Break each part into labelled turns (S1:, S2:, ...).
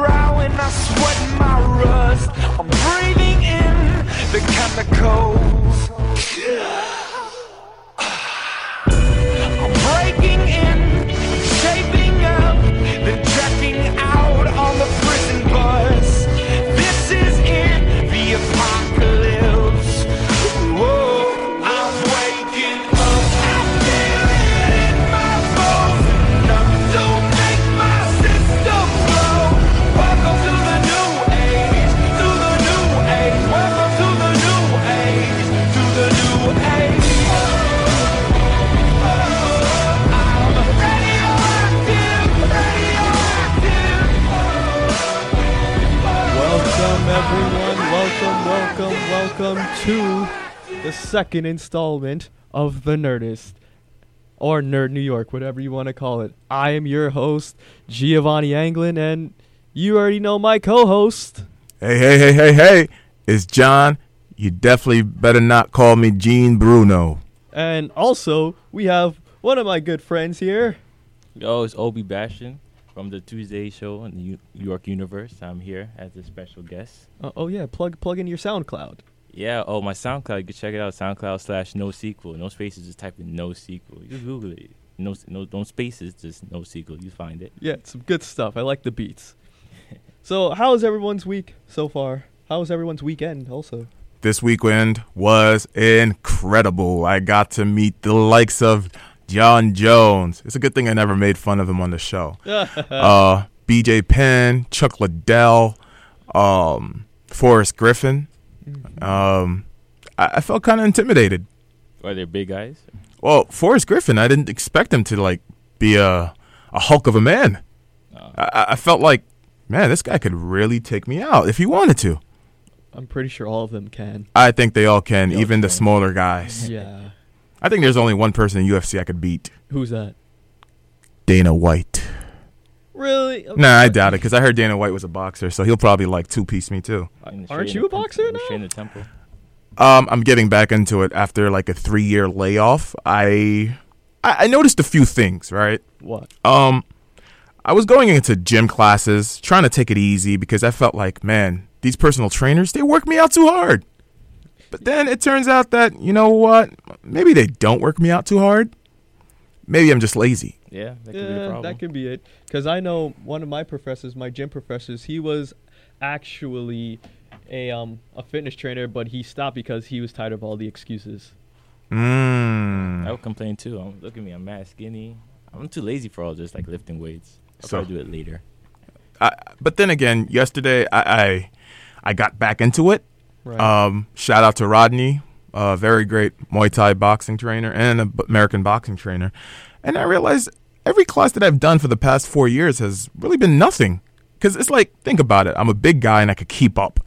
S1: my sweat and my rust. I'm breathing in the chemicals. I'm breaking in, shaping up, then checking out on the prison bus. This is it, the apocalypse. Whoa, I'm waking up. I feel it in my bones. Enough to make my system blow. Welcome to the new age, to the new age. Welcome to the new age, to the new age. Radioactive, radioactive.
S2: Welcome, everyone. Welcome, welcome, welcome to the second installment of The Nerdist or Nerd New York, whatever you want to call it. I am your host, Giovanni Anglin, and you already know my co host.
S3: Hey, hey, hey, hey, hey. It's John. You definitely better not call me Gene Bruno.
S2: And also, we have one of my good friends here.
S4: Yo, it's Obi Bastion from the Tuesday show on the U- New York Universe. I'm here as a special guest.
S2: Uh, oh, yeah, plug, plug in your SoundCloud.
S4: Yeah, oh, my SoundCloud, you can check it out. SoundCloud slash no sequel. No spaces, just type in no sequel. Just Google it. No, s- no, no spaces, just no sequel. You find it.
S2: Yeah, some good stuff. I like the beats. so, how's everyone's week so far? How's everyone's weekend also?
S3: This weekend was incredible. I got to meet the likes of John Jones. It's a good thing I never made fun of him on the show. uh, BJ Penn, Chuck Liddell, um, Forrest Griffin. Um, I, I felt kind of intimidated.
S4: Are there big guys?
S3: Well, Forrest Griffin, I didn't expect him to like be a a Hulk of a man.
S4: Oh.
S2: Uh,
S3: I- I, I felt like, man, this guy could really take me out if he wanted to.
S2: I'm pretty sure all of them can.
S3: I think they all can,
S4: They all
S3: even the
S4: can.
S3: smaller guys.
S2: Yeah.
S3: I think there's only one person in UFC I could beat,
S2: Who's that?
S3: Dana White.
S2: Really?
S3: Nah, I doubt it because I heard Dana White was a boxer, so he'll probably like two piece me too.
S4: In the
S2: Aren't
S4: Shade
S2: you
S4: in
S2: a
S4: the Temple-
S2: boxer
S4: in the
S2: now?
S4: Shade in the temple.
S3: Um, I'm getting back into it after like a three year layoff. I, I I noticed a few things, right?
S2: What?
S3: Um, I was going into gym classes, trying to take it easy because I felt like, man, these personal trainers, they work me out too hard. But then it turns out that, you know what? Maybe they don't work me out too hard. Maybe I'm just lazy.
S4: Yeah, that could be the
S2: Yeah,
S4: problem.
S2: that could be it. Because I know one of my professors, my gym professors, he was actually a um a fitness trainer, but he stopped because he was tired of all the excuses.
S4: I
S3: Mm.
S4: would complain too. I'm, look at me, I'm mad skinny. I'm too lazy for all this, like lifting weights. I'll
S3: So-
S4: probably do it later.
S3: I, but then again, yesterday I, I I got back into it.
S2: Right.
S3: Um, shout out to Rodney, a very great Muay Thai boxing trainer and an American boxing trainer. And I realized every class that I've done for the past four years has really been nothing. Because it's like, think about it. I'm a big guy and I could keep up.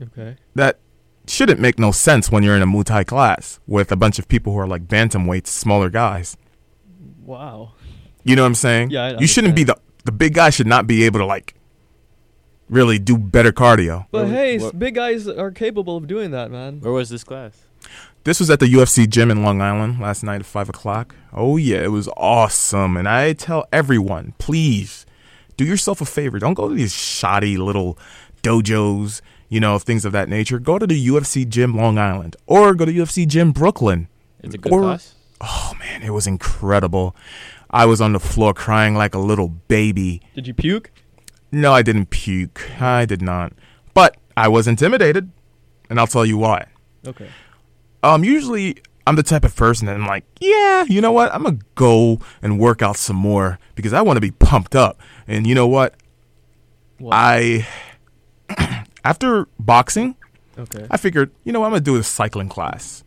S2: okay.
S3: That shouldn't make no sense when you're in a Muay Thai class with a bunch of people who are like bantamweights, smaller guys.
S2: Wow.
S3: You know what I'm saying?
S2: Yeah, I
S3: you shouldn't be the the big guy should not be able to like really do better cardio.
S2: But
S4: Where was-
S2: hey, s-
S4: what-
S2: big guys are capable of doing that, man.
S4: Where was this class?
S3: This was at the UFC gym in Long Island last night at five o'clock. Oh yeah, it was awesome. And I tell everyone, please do yourself a favor. Don't go to these shoddy little dojos, you know, things of that nature. Go to the UFC gym Long Island or go to UFC gym Brooklyn.
S4: It's a good
S3: Or-
S4: class.
S3: Oh man, it was incredible. I was on the floor crying like a little baby.
S2: Did you puke?
S3: No, I didn't puke. I did not. But I was intimidated, and I'll tell you why.
S2: Okay.
S3: Um, usually I'm the type of person that I'm like, yeah, you know what? I'm gonna go and work out some more because I want to be pumped up. And you know what?
S2: What?
S3: I after boxing,
S2: Okay.
S3: I figured, you know, what? I'm gonna do a cycling class.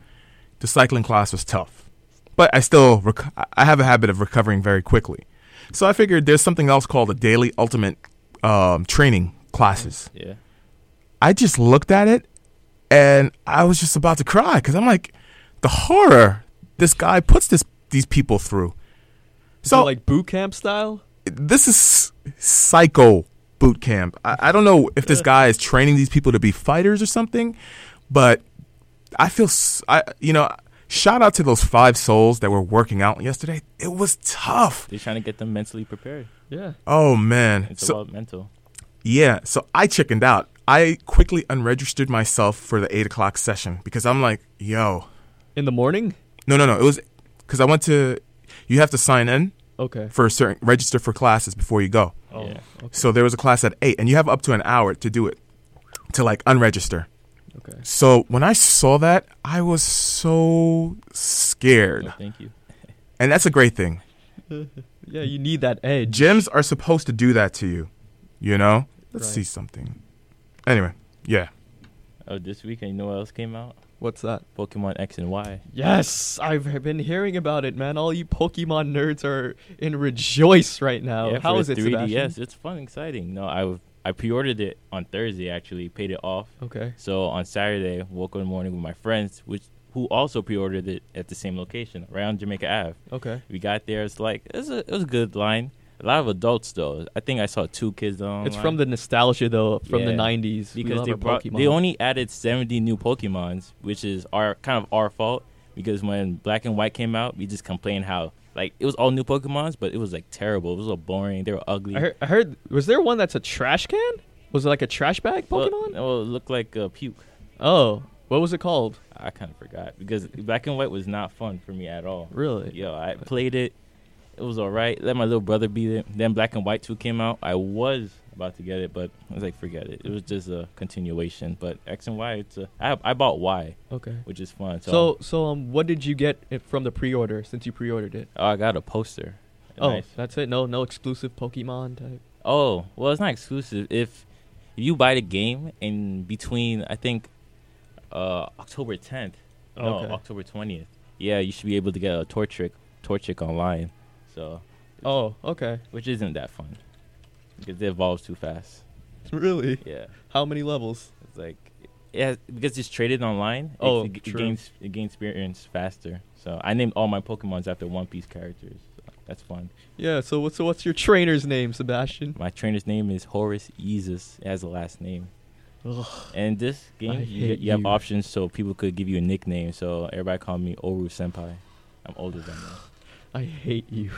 S3: The cycling class was tough, but I still rec- I- I have a habit of recovering very quickly. So I figured there's something else called the daily ultimate um, training classes.
S4: Yeah.
S3: I just looked at it and I was just about to cry because I'm like, the horror this guy puts this these people through.
S2: So
S3: So like
S2: like boot camp style?
S3: this is psycho boot camp. I, I don't know if this guy is training these people to be fighters or something, but I feel s- I you know shout out to those five souls that were working out yesterday. It was tough.
S4: They're trying to get them mentally prepared.
S2: Yeah.
S3: Oh man,
S4: It's
S3: so
S4: about mental.
S3: Yeah, so I chickened out. I quickly unregistered myself for the eight o'clock session because I'm like, yo,
S2: In the morning?
S3: no, no, no. It was because I went to. You have to sign in
S2: Okay.
S3: for a certain register for classes before you go.
S2: Oh,
S4: Yeah.
S2: okay.
S3: So there was a class at eight, and you have up to an hour to do it, to like unregister.
S2: okay.
S3: So when I saw that, I was so
S4: No,
S3: scared,
S4: thank you.
S3: and that's a great thing.
S2: Yeah, you need that edge.
S3: Gyms are supposed to do that to you, you know. Let's
S2: Right.
S3: see something. Anyway, yeah.
S4: Oh, this weekend, you know what else came out?
S2: What's that?
S4: Pokemon X and Y.
S2: Yes, I've been hearing about it, man. All you Pokemon nerds are in rejoice right now.
S4: yeah,
S2: How
S4: for
S2: is it,
S4: ds
S2: Sebastian?
S4: It's fun, exciting. No, I w- I pre-ordered it on Thursday. Actually, paid it off.
S2: Okay.
S4: So on Saturday, woke up in the morning with my friends, which who also pre-ordered it at the same location, right on Jamaica Ave.
S2: Okay.
S4: We got there. It's like it was a, it was a good line. A lot of adults though. I think I saw two kids on.
S2: It's from the nostalgia though, from the
S4: Yeah,
S2: '90s. We
S4: because
S2: love
S4: they
S2: our
S4: brought
S2: Pokemon.
S4: they only added 70 new Pokemons, which is our kind of our fault because when Black and White came out, we just complained how like it was all new Pokemons, but it was like terrible. It was all boring. They were ugly.
S2: I heard, I heard. Was there one that's a trash can? Was it like a trash bag
S4: Well,
S2: Pokemon?
S4: well, it looked like uh, puke.
S2: Oh, what was it called?
S4: I kind of forgot because Black and White was not fun for me at all.
S2: Really?
S4: Yo, I played it. It was all right. Let my little brother beat it. Then Black and White 2 came out. I was about to get it, but I was like, forget it. It was just a continuation. But X and Y, it's a, I, I bought Y,
S2: Okay.
S4: which is fun. So,
S2: So, so um, what did you get it from the pre-order since you pre-ordered it?
S4: oh, I got a poster.
S2: Oh,
S4: Nice.
S2: that's it. No, no exclusive Pokemon type.
S4: Oh, well, it's not exclusive. If you buy the game in between, I think uh, October 10th, no,
S2: Okay.
S4: October 20th. Yeah, you should be able to get a Torchic, Torchic online. So,
S2: Oh, okay.
S4: which isn't that fun because it evolves too fast.
S2: Really?
S4: Yeah,
S2: How many levels?
S4: it's like yeah because it's traded online.
S2: Oh,
S4: it, it,
S2: true.
S4: gains it gains experience faster. So I named all my Pokemons after One Piece characters. So that's fun.
S2: Yeah. So, what, so what's your trainer's name, Sebastian?
S4: My trainer's name is Horace Easus. It has a last name.
S2: Ugh.
S4: And this
S2: I
S4: game, you,
S2: hate
S4: you have
S2: you.
S4: options so people could give you a nickname. So everybody called me Oru Senpai. I'm older than them.
S2: I hate you.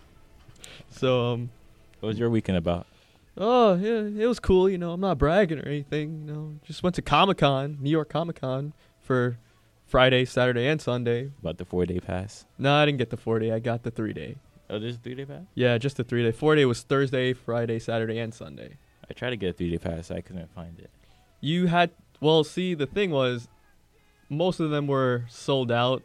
S2: so, um,
S4: What was your weekend about?
S2: oh yeah, it was cool. You know, I'm not bragging or anything. You know, just went to Comic Con, New York Comic Con, for Friday, Saturday, and Sunday.
S4: About the four day pass?
S2: No, I didn't get the four day. I got the three day.
S4: Oh, there's a three day pass?
S2: Yeah, just the three day. Four day was Thursday, Friday, Saturday, and Sunday.
S4: I tried to get a three day pass. I couldn't find it.
S2: You had well, see, the thing was, most of them were sold out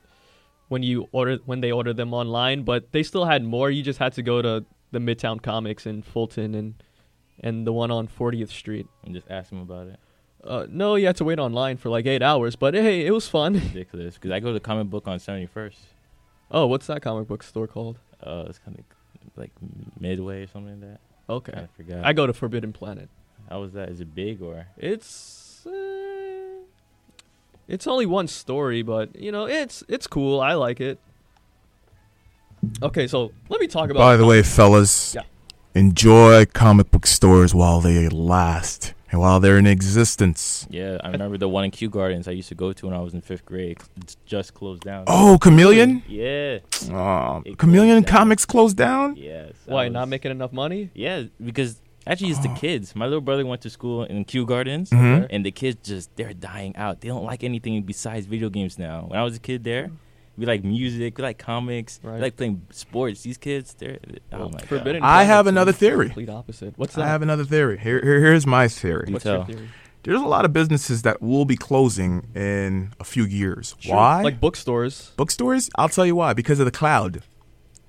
S2: when you ordered when they ordered them online, but they still had more. You just had to go to the Midtown Comics in Fulton and and the one on 40th Street.
S4: And just ask them about it.
S2: Uh, no, you had to wait online for like eight hours, but hey, it was fun.
S4: Ridiculous. Because I go to comic book on 71st.
S2: Oh, what's that comic book store called?
S4: Uh, it's kind of like midway or something like that.
S2: Okay,
S4: I forgot.
S2: I go to Forbidden Planet.
S4: How was that? Is it big or?
S2: It's uh, it's only one story, but you know it's it's cool. I like it. Okay, so let me talk about.
S3: By the way, fellas,
S2: Yeah.
S3: enjoy comic book stores while they last and while they're in existence.
S4: Yeah, I remember the one in Kew Gardens I used to go to when I was in fifth grade. It's just closed down.
S3: Oh, Chameleon?
S4: Yeah.
S3: Aw,
S4: It
S3: Chameleon
S4: closed down.
S3: Comics closed down?
S4: Yes. I
S2: why
S4: was-
S2: not making enough money?
S4: Yeah, because actually it's the kids. My little brother went to school in Kew Gardens,
S3: Mhm.
S4: and the kids just they're dying out. They don't like anything besides video games now. When I was a kid, there we like music, we like comics,
S2: Right.
S4: we like playing sports. These kids, they're oh my
S2: Forbidden.
S3: I have
S2: Planet's
S3: another
S2: the
S3: theory.
S2: Complete opposite. What's that?
S3: I have another theory. Here, here, here's my theory.
S2: What's
S4: tell.
S2: your theory?
S3: There's a lot of businesses that will be closing in a few years.
S2: Sure,
S3: Why?
S2: Like bookstores.
S3: bookstores? I'll tell you why. Because of the cloud.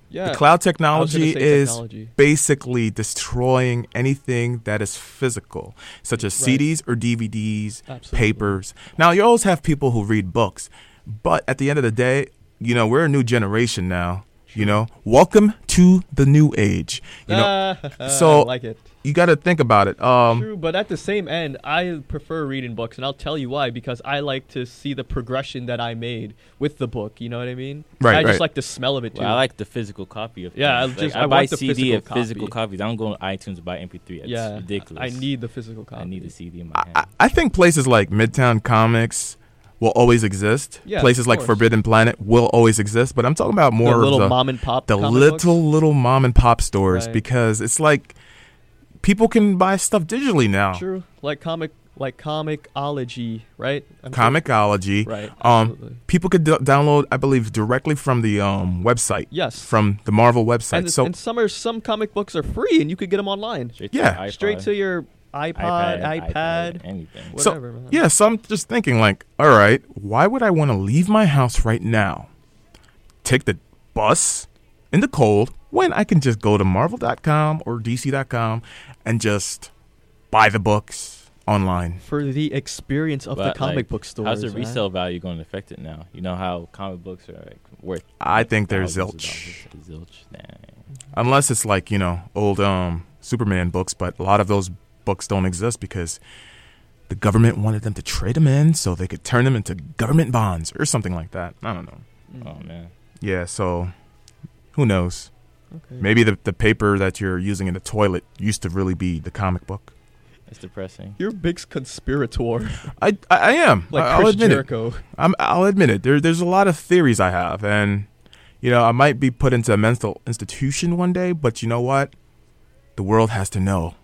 S2: Yeah.
S3: The cloud
S2: I was gonna
S3: technology
S2: say
S3: is
S2: technology.
S3: basically destroying anything that is physical, such as
S2: Right.
S3: CDs or DVDs,
S2: Absolutely.
S3: papers. Now, you always have people who read books, but at the end of the day, you know, we're a new generation now. You know, welcome to the new age. You know, so-
S2: Ah, I like it.
S3: you got to think about it. Um,
S2: True, but at the same end, I prefer reading books, and I'll tell you why. Because I like to see the progression that I made with the book. You know what I mean?
S3: Right,
S2: I
S3: right.
S2: just like the smell of it too.
S4: Well, I like the physical copy of
S2: Yeah, I
S4: things.
S2: just-
S4: Like,
S2: I
S4: buy
S2: want the
S4: CD of
S2: physical
S4: physical
S2: copy.
S4: copies. I don't go on iTunes to buy MP3. It's
S2: yeah,
S4: ridiculous.
S2: I need the physical copy.
S4: I need a CD in my
S3: I,
S4: hand.
S3: I- I think places like Midtown Comics will always exist.
S2: Yeah,
S3: places
S2: of
S3: like
S2: course.
S3: Forbidden Planet will always exist, but I'm talking about more
S2: the
S3: of
S2: little
S3: the,
S2: mom and pop.
S3: the
S2: comic
S3: little
S2: books.
S3: little mom and pop stores
S2: Right.
S3: because it's like people can buy stuff digitally now.
S2: True. Like comic, like comicology, right? I'm sure-
S3: Comicology.
S4: Right.
S2: Absolutely.
S3: Um, people could d- download, I believe, directly from the um, website.
S2: Yes.
S3: From the Marvel website.
S2: and,
S3: so
S2: and some are some comic books are free, and you could get them online,
S4: Straight
S3: Yeah.
S4: to your
S2: straight
S4: iPod,
S2: to your iPod, iPad,
S4: anything.
S3: So-
S2: whatever. man.
S3: Yeah, so I'm just thinking, like, all right, why would I want to leave my house right now? Take the bus in the cold when I can just go to marvel.com or dc.com and just buy the books online.
S2: For the experience of the
S4: But,
S2: comic
S4: like,
S2: book store.
S4: How's the resale value going to affect it now? You know how comic books are like worth.
S3: I think they're
S4: there's
S3: zilch.
S4: Zilch. Nah.
S3: Unless it's like, you know, old um, Superman books, but a lot of those books don't exist because the government wanted them to trade them in so they could turn them into government bonds or something like that. I don't know.
S2: Mm-hmm. Mm.
S4: Oh man.
S3: Yeah, so who knows?
S2: Okay.
S3: Maybe the, the paper that you're using in the toilet used to really be the comic book.
S4: It's depressing.
S2: You're a big conspirator,
S3: I, I, I am.
S2: like
S3: I, will
S2: Chris
S3: admit it.
S2: Jericho.
S3: I'm, I'll admit it. There, there's a lot of theories I have, and you know I might be put into a mental institution one day. But you know what? The world has to know.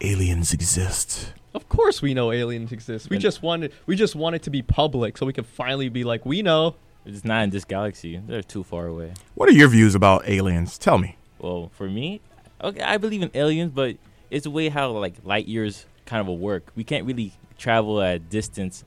S3: Aliens exist.
S2: Of course, we know aliens exist. We
S4: And-
S2: just wanted we just want it to be public, so we can finally be like, we know.
S4: It's not in this galaxy. They're too far away.
S3: What are your views about aliens? Tell me.
S4: Well, for me, okay, I believe in aliens, but it's the way how like light years kind of will work. We can't really travel at distance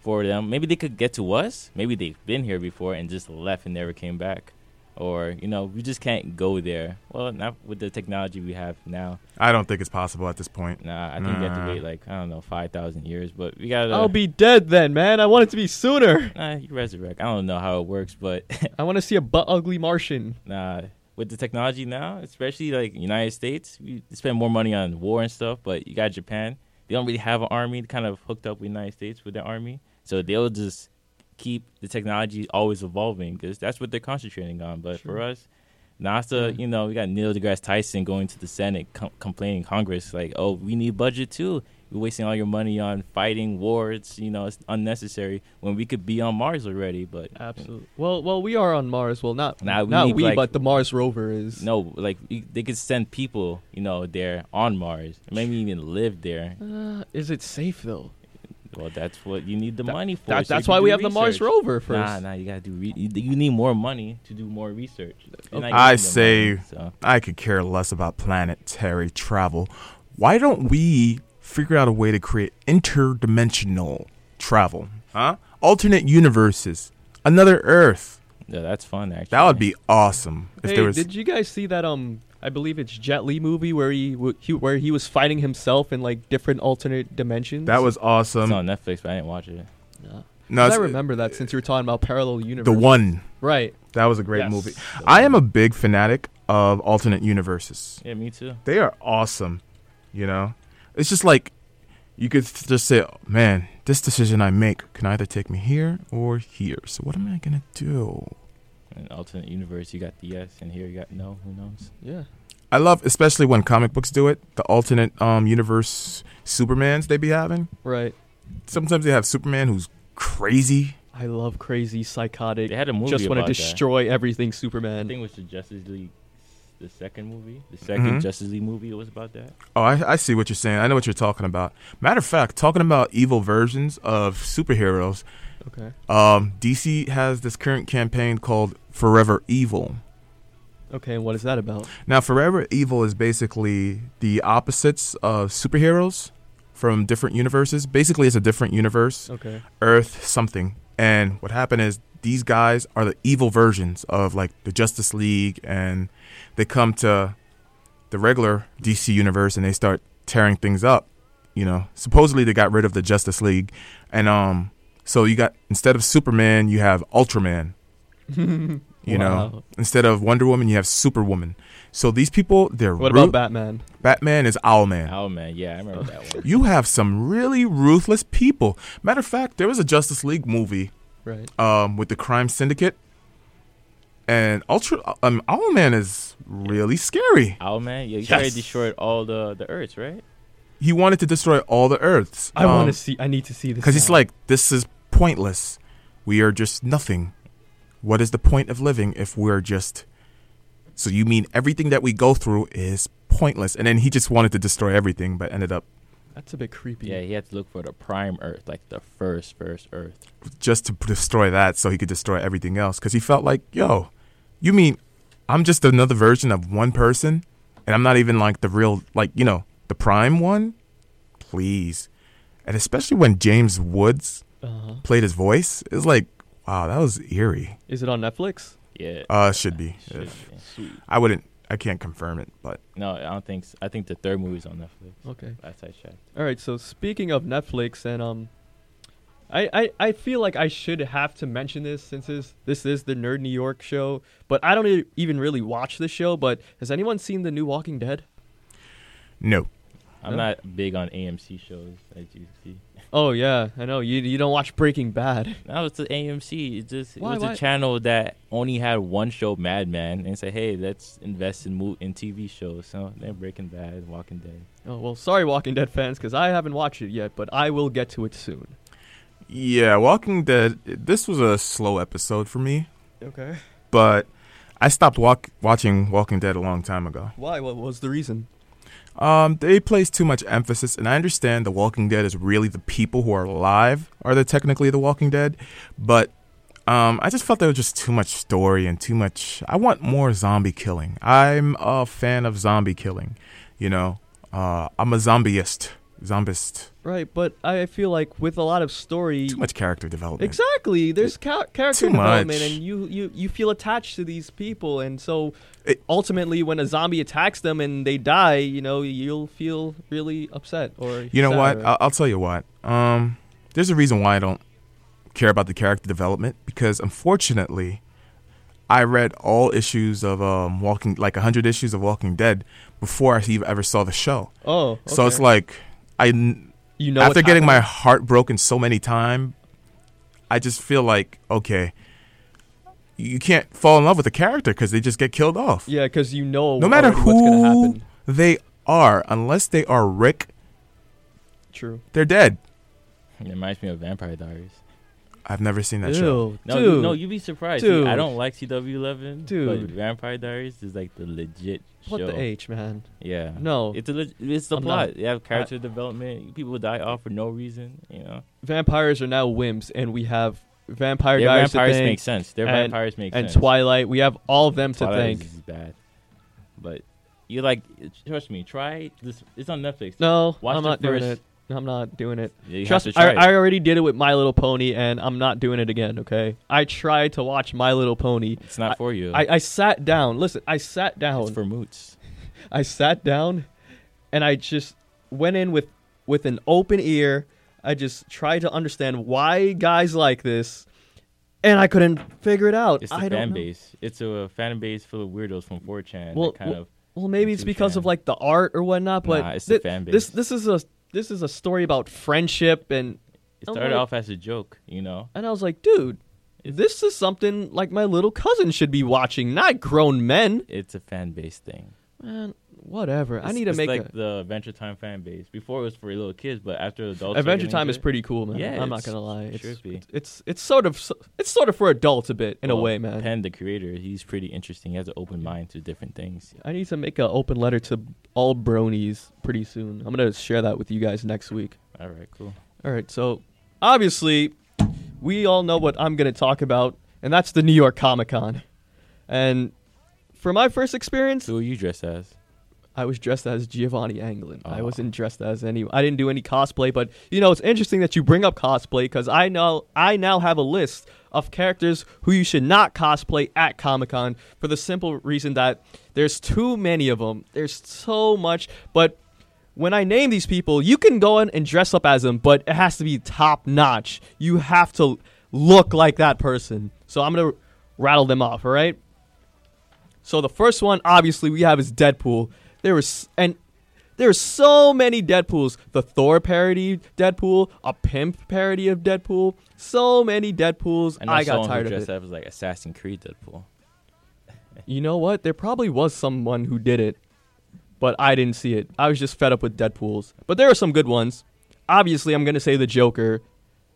S4: for them. Maybe they could get to us. Maybe they've been here before and just left and never came back. Or you know, we just can't go there. Well, not with the technology we have now.
S3: I don't think it's possible at this point.
S4: Nah, I think we have to
S3: Nah.
S4: wait like I don't know five thousand years, but we gotta.
S2: I'll be dead then, man. I want it to be sooner.
S4: Nah, you resurrect. I don't know how it works, but
S2: I want to see a butt ugly Martian.
S4: nah, with the technology now, especially like United States, you spend more money on war and stuff. But you got Japan; they don't really have an army. They're kind of hooked up with United States with their army, so they'll just keep the technology always evolving because that's what they're concentrating on. But for us, NASA, you know, we got Neil deGrasse Tyson going to the Senate com- complaining Congress like, "Oh, we need budget too. You're wasting all your money on fighting wars. You know, it's unnecessary when we could be on Mars already." But
S2: Absolutely. Well, well, we are on Mars. Well, not
S4: Nah, we
S2: not
S4: need,
S2: we,
S4: like-
S2: but the Mars rover is.
S4: No, like you- they could send people, you know, there on Mars. Maybe even live there.
S2: Uh, is it safe though?
S4: Well, that's what you need the
S2: That-
S4: money for.
S2: that-
S4: so you
S2: that's
S4: can
S2: why
S4: do
S2: we have the Mars
S4: research.
S2: rover first.
S4: Nah, nah, you gotta do. Re- you, you need more money to do more research. You're not
S3: I
S4: getting the
S3: say-
S4: money, so.
S3: I could care less about planetary travel. Why don't we figure out a way to create interdimensional travel? Huh? Alternate universes, another Earth.
S4: Yeah, that's fun. Actually,
S3: That would be awesome if
S2: hey,
S3: there was.
S2: did you guys see that? Um, I believe it's Jet Li movie where he, w- he where he was fighting himself in like different alternate dimensions.
S3: that was
S4: It's
S3: awesome.
S4: on Netflix, but I didn't watch it.
S2: Nah.
S3: no,
S2: I
S3: it's-
S2: remember that since you were talking about parallel universe.
S3: the one.
S2: right?
S3: That was a great
S2: Yes.
S3: movie.
S2: The
S3: I am a big fanatic of alternate universes.
S4: Yeah, me too.
S3: They are awesome. You know, it's just like you could th- just say, "Oh, "Man, this decision I make can either take me here or here." So what am I gonna do?
S4: In alternate universe, you got the yes, and here you got no. Who knows?
S2: Yeah.
S3: I love, especially when comic books do it. The alternate um, universe Supermans they be having.
S2: Right.
S3: Sometimes they have Superman who's crazy.
S2: I love crazy psychotic.
S4: They had a movie
S2: just want to
S4: about that.
S2: destroy everything
S4: I
S2: Superman.
S4: think it was the Justice League, the second movie, the 2nd
S3: Mhm.
S4: Justice League movie. It was about that.
S3: Oh, I, I see what you're saying. I know what you're talking about. Matter of fact, talking about evil versions of superheroes,
S2: okay.
S3: um, DC has this current campaign called Forever Evil.
S2: Okay, and what is that about?
S3: Now, Forever Evil is basically the opposites of superheroes from different universes. Basically, it's a different universe.
S2: Okay.
S3: Earth something. And what happened is these guys are the evil versions of like the Justice League, and they come to the regular DC universe and they start tearing things up. You know, supposedly they got rid of the Justice League, and um, so you got instead of Superman, you have Ultraman. You
S2: Wow.
S3: know, instead of Wonder Woman, you have Superwoman. So these people, they're
S2: What
S3: ru-
S2: about Batman?
S3: Batman is Owlman.
S4: Oh man, yeah, I remember that one.
S3: You have some really ruthless people. Matter of fact, there was a Justice League movie
S2: Right.
S3: um, with the crime syndicate. And Ultra um, Owlman is really scary.
S4: Owlman, Oh, yeah, you
S2: Yes.
S4: tried to destroy all the the Earths, right?
S3: He wanted to destroy all the Earths.
S2: I want to see. I need to see this.
S3: because he's
S2: now.
S3: Um, like, this is pointless. We are just nothing. What is the point of living if we're just? So you mean everything that we go through is pointless. And then he just wanted to destroy everything, but ended up
S2: That's a bit creepy.
S4: Yeah, he had to look for the prime Earth, like the first first Earth.
S3: just to destroy that so he could destroy everything else because he felt like yo you mean i'm just another version of one person and i'm not even like the real like you know the prime one please and especially when james woods
S2: Uh-huh.
S3: played his voice it's like wow that was eerie
S2: Is it on Netflix?
S4: Yeah.
S3: uh should be
S4: Should
S3: If-
S4: be.
S3: i wouldn't i can't confirm it but
S4: No, I don't think. So. I think the third movie's on Netflix.
S2: Okay.
S4: Last I checked.
S2: All right. So speaking of Netflix, and um, I, I I feel like I should have to mention this since this this is the Nerd New York show, but I don't e- even really watch the show. But has anyone seen the new Walking Dead?
S3: no
S4: I'm
S2: No?
S4: not big on AMC shows, as you see.
S2: Oh yeah, I know you you don't watch Breaking Bad.
S4: No, it's the AMC. It just
S2: Why-
S4: it was
S2: why-
S4: a channel that only had one show, Mad Men, and say, hey, let's invest in mo- in TV shows. So they're Breaking Bad, Walking Dead.
S2: Oh well, sorry Walking Dead fans, because I haven't watched it yet, but I will get to it soon.
S3: yeah walking dead this was a slow episode for me
S2: Okay.
S3: but i stopped walk- watching walking dead a long time ago
S2: Why? What was the reason?
S3: Um, they place too much emphasis, and I understand The Walking Dead is really the people who are alive are the technically The Walking Dead, but um, I just felt there was just too much story and too much. I want more zombie killing. I'm a fan of zombie killing. You know, uh, I'm a zombieist, zombist.
S2: Right, but I feel like with a lot of story,
S3: Too much character development.
S2: Exactly. There's ca- character
S3: Too
S2: development,
S3: much.
S2: and you, you you feel attached to these people, and so
S3: It-
S2: ultimately, when a zombie attacks them and they die, you know you'll feel really upset. Or
S3: You know
S2: sad,
S3: what? Uh,
S2: right?
S3: I'll, I'll tell you what. Um, there's a reason why I don't care about the character development because, unfortunately, I read all issues of um, Walking, like 100 issues of Walking Dead before I even ever saw the show.
S2: oh,
S3: So it's
S2: okay.
S3: like I, n-
S2: you know
S3: after
S2: what's
S3: getting my
S2: happening.
S3: heart broken so many times, I just feel like okay, you can't fall in love with a character because they just get killed off
S2: yeah, because you know
S3: no matter
S2: already what's gonna
S3: who
S2: happen.
S3: they are, unless they are Rick,
S2: True.
S3: they're dead.
S4: It reminds me of Vampire Diaries.
S3: I've never seen that
S2: Ew,
S3: show.
S4: No,
S2: dude.
S4: you, no, you'd be surprised. See, I
S2: Dude.
S4: don't like CW11,
S2: Dude.
S4: but Vampire Diaries is like the legit
S2: what
S4: show.
S2: the h, man?
S4: Yeah.
S2: No,
S4: It's a leg- it's the
S2: I'm not-
S4: plot. you have character development. People die off for no reason. You know,
S2: vampires are now wimps, and we have vampire
S4: their
S2: diaries
S4: vampires
S2: to thank,
S4: make sense. Their
S2: and-
S4: vampires make
S2: and
S4: sense.
S2: Twilight. We have all of them to
S4: Twilight
S2: thank.
S4: is bad, but you like trust me. Try this. It's on Netflix.
S2: No,
S4: Watch
S2: I'm
S4: the
S2: not doing it.
S4: first-
S2: I'm not doing it.
S4: Yeah, you
S2: Trust
S4: have to
S2: I,
S4: try it.
S2: I already did it with My Little Pony, and I'm not doing it again. Okay, I tried to watch My Little Pony.
S4: It's not for you.
S2: I, I sat down. Listen, I sat
S4: it's
S2: down.
S4: for moots.
S2: I sat down, and I just went in with with an open ear. I just tried to understand why guys like this, and I couldn't figure it out.
S4: It's the
S2: I don't
S4: fan
S2: know.
S4: base. It's a, fan base full of weirdos from 4chan.
S2: Well,
S4: that kind
S2: well-
S4: of
S2: Well, maybe
S4: It's
S2: it's
S4: a
S2: because of
S4: fan.
S2: like the art or whatnot, but
S4: Nah, it's the
S2: thi-
S4: fan
S2: this
S4: base.
S2: this is a this is a story about friendship and
S4: it
S2: I'm
S4: started
S2: like-
S4: off as a joke. You know,
S2: And I was like, dude, this is something like my little cousin should be watching, not grown men.
S4: it's a fan base thing.
S2: Man, whatever. I
S4: It's-
S2: need to
S4: it's
S2: make
S4: like
S2: a.
S4: the Adventure Time fan base. Before it was for little kids, but after adults, are
S2: Adventure
S4: getting
S2: Time
S4: into
S2: is
S4: it-
S2: pretty cool, man.
S4: Yeah,
S2: I'm not
S4: it's
S2: gonna lie. It's,
S4: trippy.
S2: it's it's it's sort of it's sort of for adults a bit in a
S4: Well,
S2: way, man.
S4: Penn, the creator, he's pretty interesting. He has an open mind to different things.
S2: I need to make an open letter to all bronies pretty soon. I'm gonna share that with you guys next week.
S4: All right, cool.
S2: All right, so obviously, we all know what I'm going to talk about, and that's the New York Comic Con. And for my first experience,
S4: So who you dress as?
S2: I was dressed as Giovanni Anglin. I
S4: Aw.
S2: wasn't dressed as any. I didn't do any cosplay, but you know it's interesting that you bring up cosplay because I know I now have a list of characters who you should not cosplay at Comic Con for the simple reason that there's too many of them. There's so much, but when I name these people, you can go in and dress up as them, but it has to be top notch. You have to look like that person. So I'm gonna rattle them off. All right. So the first one, obviously, we have is Deadpool. There was and there are so many Deadpools. The Thor parody Deadpool, a pimp parody of Deadpool. So many Deadpools.
S4: know
S2: I got
S4: someone who
S2: tired of
S4: dressed
S2: it.
S4: up as like Assassin Creed Deadpool.
S2: You know what? There probably was someone who did it, but I didn't see it. I was just fed up with Deadpools. But there are some good ones. Obviously, I'm gonna say the Joker.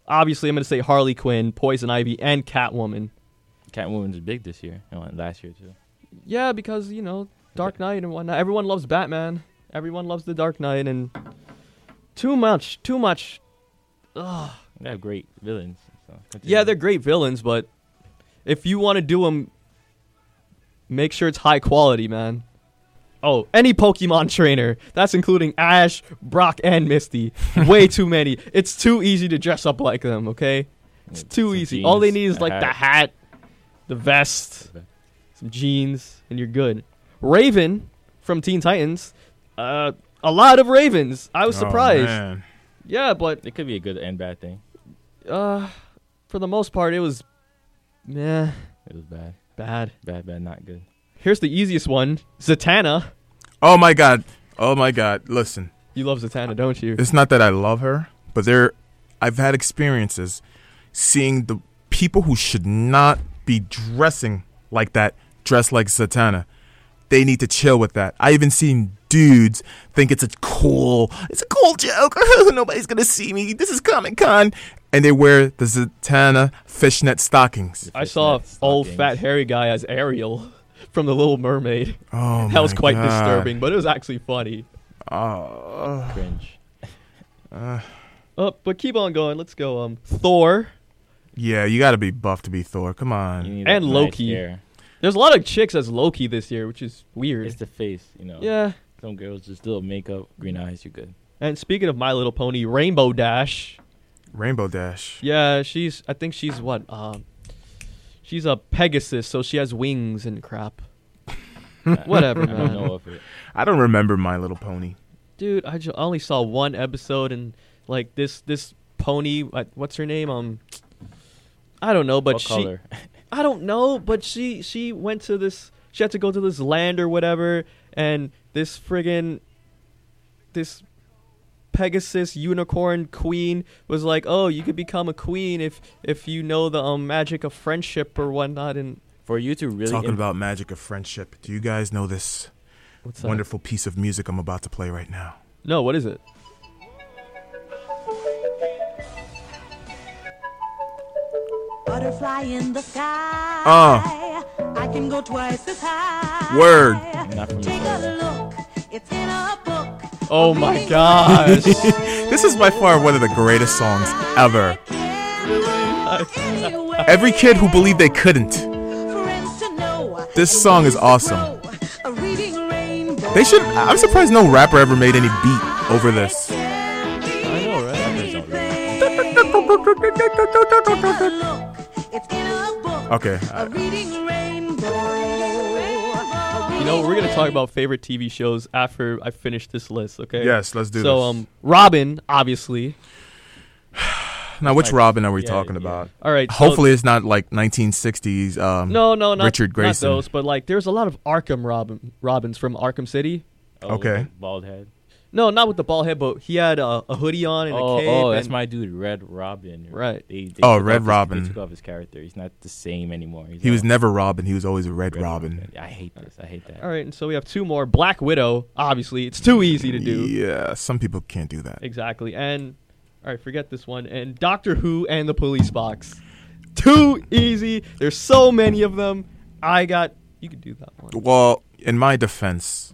S2: Obviously, I'm gonna say Harley Quinn, Poison Ivy, and Catwoman.
S4: Catwoman's big this year. and last year too.
S2: Yeah, because you know Dark Knight and whatnot. Everyone loves Batman. Everyone loves the Dark Knight, and too much, too much. Ugh.
S4: They have great villains. So
S2: Yeah,
S4: continue.
S2: they're great villains, but if you want to do them, make sure it's high quality, man. Oh, any Pokemon trainer. That's including Ash, Brock, and Misty. Way too many. It's too easy to dress up like them, okay? It's
S4: Yeah,
S2: too
S4: some
S2: easy. All they
S4: jeans,
S2: need is
S4: a
S2: like the
S4: hat.
S2: hat, the vest,
S4: Okay.
S2: some jeans, and you're good. Raven from Teen Titans. Uh, a lot of Ravens. I was
S3: Oh,
S2: surprised.
S3: man.
S2: yeah, but
S4: It could be a good and bad thing.
S2: uh, for the most part, it was, meh,
S4: It was bad,
S2: bad.
S4: bad, bad, not good.
S2: Here's the easiest one Zatanna.
S3: Oh my god. Oh my god. Listen,
S2: You love Zatanna, don't you?
S3: it's not that I love her, but there, I've had experiences seeing the people who should not be dressing like that dress like Satana. They need to chill with that. I even seen dudes think it's a cool, it's a cool joke. Nobody's gonna see me. This is Comic Con, and they wear the Zatanna fishnet stockings.
S2: I saw
S4: Fishnet
S2: old
S4: stockings.
S2: fat hairy guy as Ariel from The Little Mermaid.
S3: Oh,
S2: that was
S3: my
S2: quite
S3: God.
S2: disturbing, but it was actually funny.
S3: Oh,
S4: cringe.
S2: Uh, but keep on going. Let's go. Um, Thor.
S3: yeah, you got to be buff to be Thor. Come
S4: You
S3: on.
S4: need
S2: And
S4: that nice
S2: Loki.
S4: hair.
S2: There's a lot of chicks as Loki this year, which is weird.
S4: It's the face, you know.
S2: yeah.
S4: Some girls just little makeup, green eyes, you're good.
S2: And speaking of My Little Pony, Rainbow Dash.
S3: Rainbow Dash.
S2: Yeah, she's. I think she's what? Um, she's a Pegasus, so she has wings and crap. Whatever,
S4: I don't
S2: man.
S4: know of it.
S3: I don't remember My Little Pony.
S2: Dude, I, ju- I only saw one episode and like this this pony. What, what's her name? Um, I don't know, but
S4: what
S2: she.
S4: color?
S2: I don't know, but she she went to this. She had to go to this land or whatever, and this friggin' this Pegasus unicorn queen was like, "Oh, you could become a queen if if you know the um, magic of friendship or whatnot." And
S4: For you to really
S3: Talking
S4: im-
S3: about magic of friendship. Do you guys know this
S2: what's that?
S3: wonderful piece of music I'm about to play right now?
S2: No, what is it?
S5: Butterfly in the sky. I can go twice as high.
S3: Ah. Word.
S4: Not from the
S5: Take a look. It's in a book.
S2: Oh my gosh!
S3: This is by far one of the greatest songs ever.
S5: Anywhere
S3: Every kid who believed they couldn't.
S5: for us to know.
S3: This song is awesome.
S5: A reading rainbow.
S3: They should. I'm surprised no rapper ever made any beat over this.
S2: I know, right?
S5: It's in a book.
S3: Okay. uh,
S5: A reading rainbow.
S2: You know, we're gonna talk about favorite TV shows after I finish this list. Okay?
S3: Yes, let's do
S2: so,
S3: this.
S2: um, Robin, obviously.
S3: Now, which Robin are we
S4: Yeah,
S3: talking
S4: yeah.
S3: about?
S2: All right. so-
S3: Hopefully, it's not like 1960s. Um,
S2: No, no, not
S3: Richard Grayson.
S2: Not those, but like there's a lot of Arkham Robin Robins from Arkham City.
S4: oh,
S3: Okay.
S4: little Bald head.
S2: No, not with the ball head, but he had a, a hoodie on and
S4: Oh,
S2: a cape.
S4: oh, that's
S2: and-
S4: my dude, Red Robin.
S2: Right.
S4: They, they
S3: Oh,
S4: took
S3: Red
S4: off his-
S3: Robin.
S4: they took off his character. He's not the same anymore. He's
S3: He was
S4: all
S3: never Robin. He was always Red, Robin.
S4: I hate this. I hate that.
S2: All right, and so we have two more. Black Widow, obviously, it's too easy to do.
S3: Yeah, some people can't do that.
S2: Exactly, and all right, forget this one. And Doctor Who and the Police Box, too easy. There's so many of them. I got. You could do that one.
S3: Well, in my defense,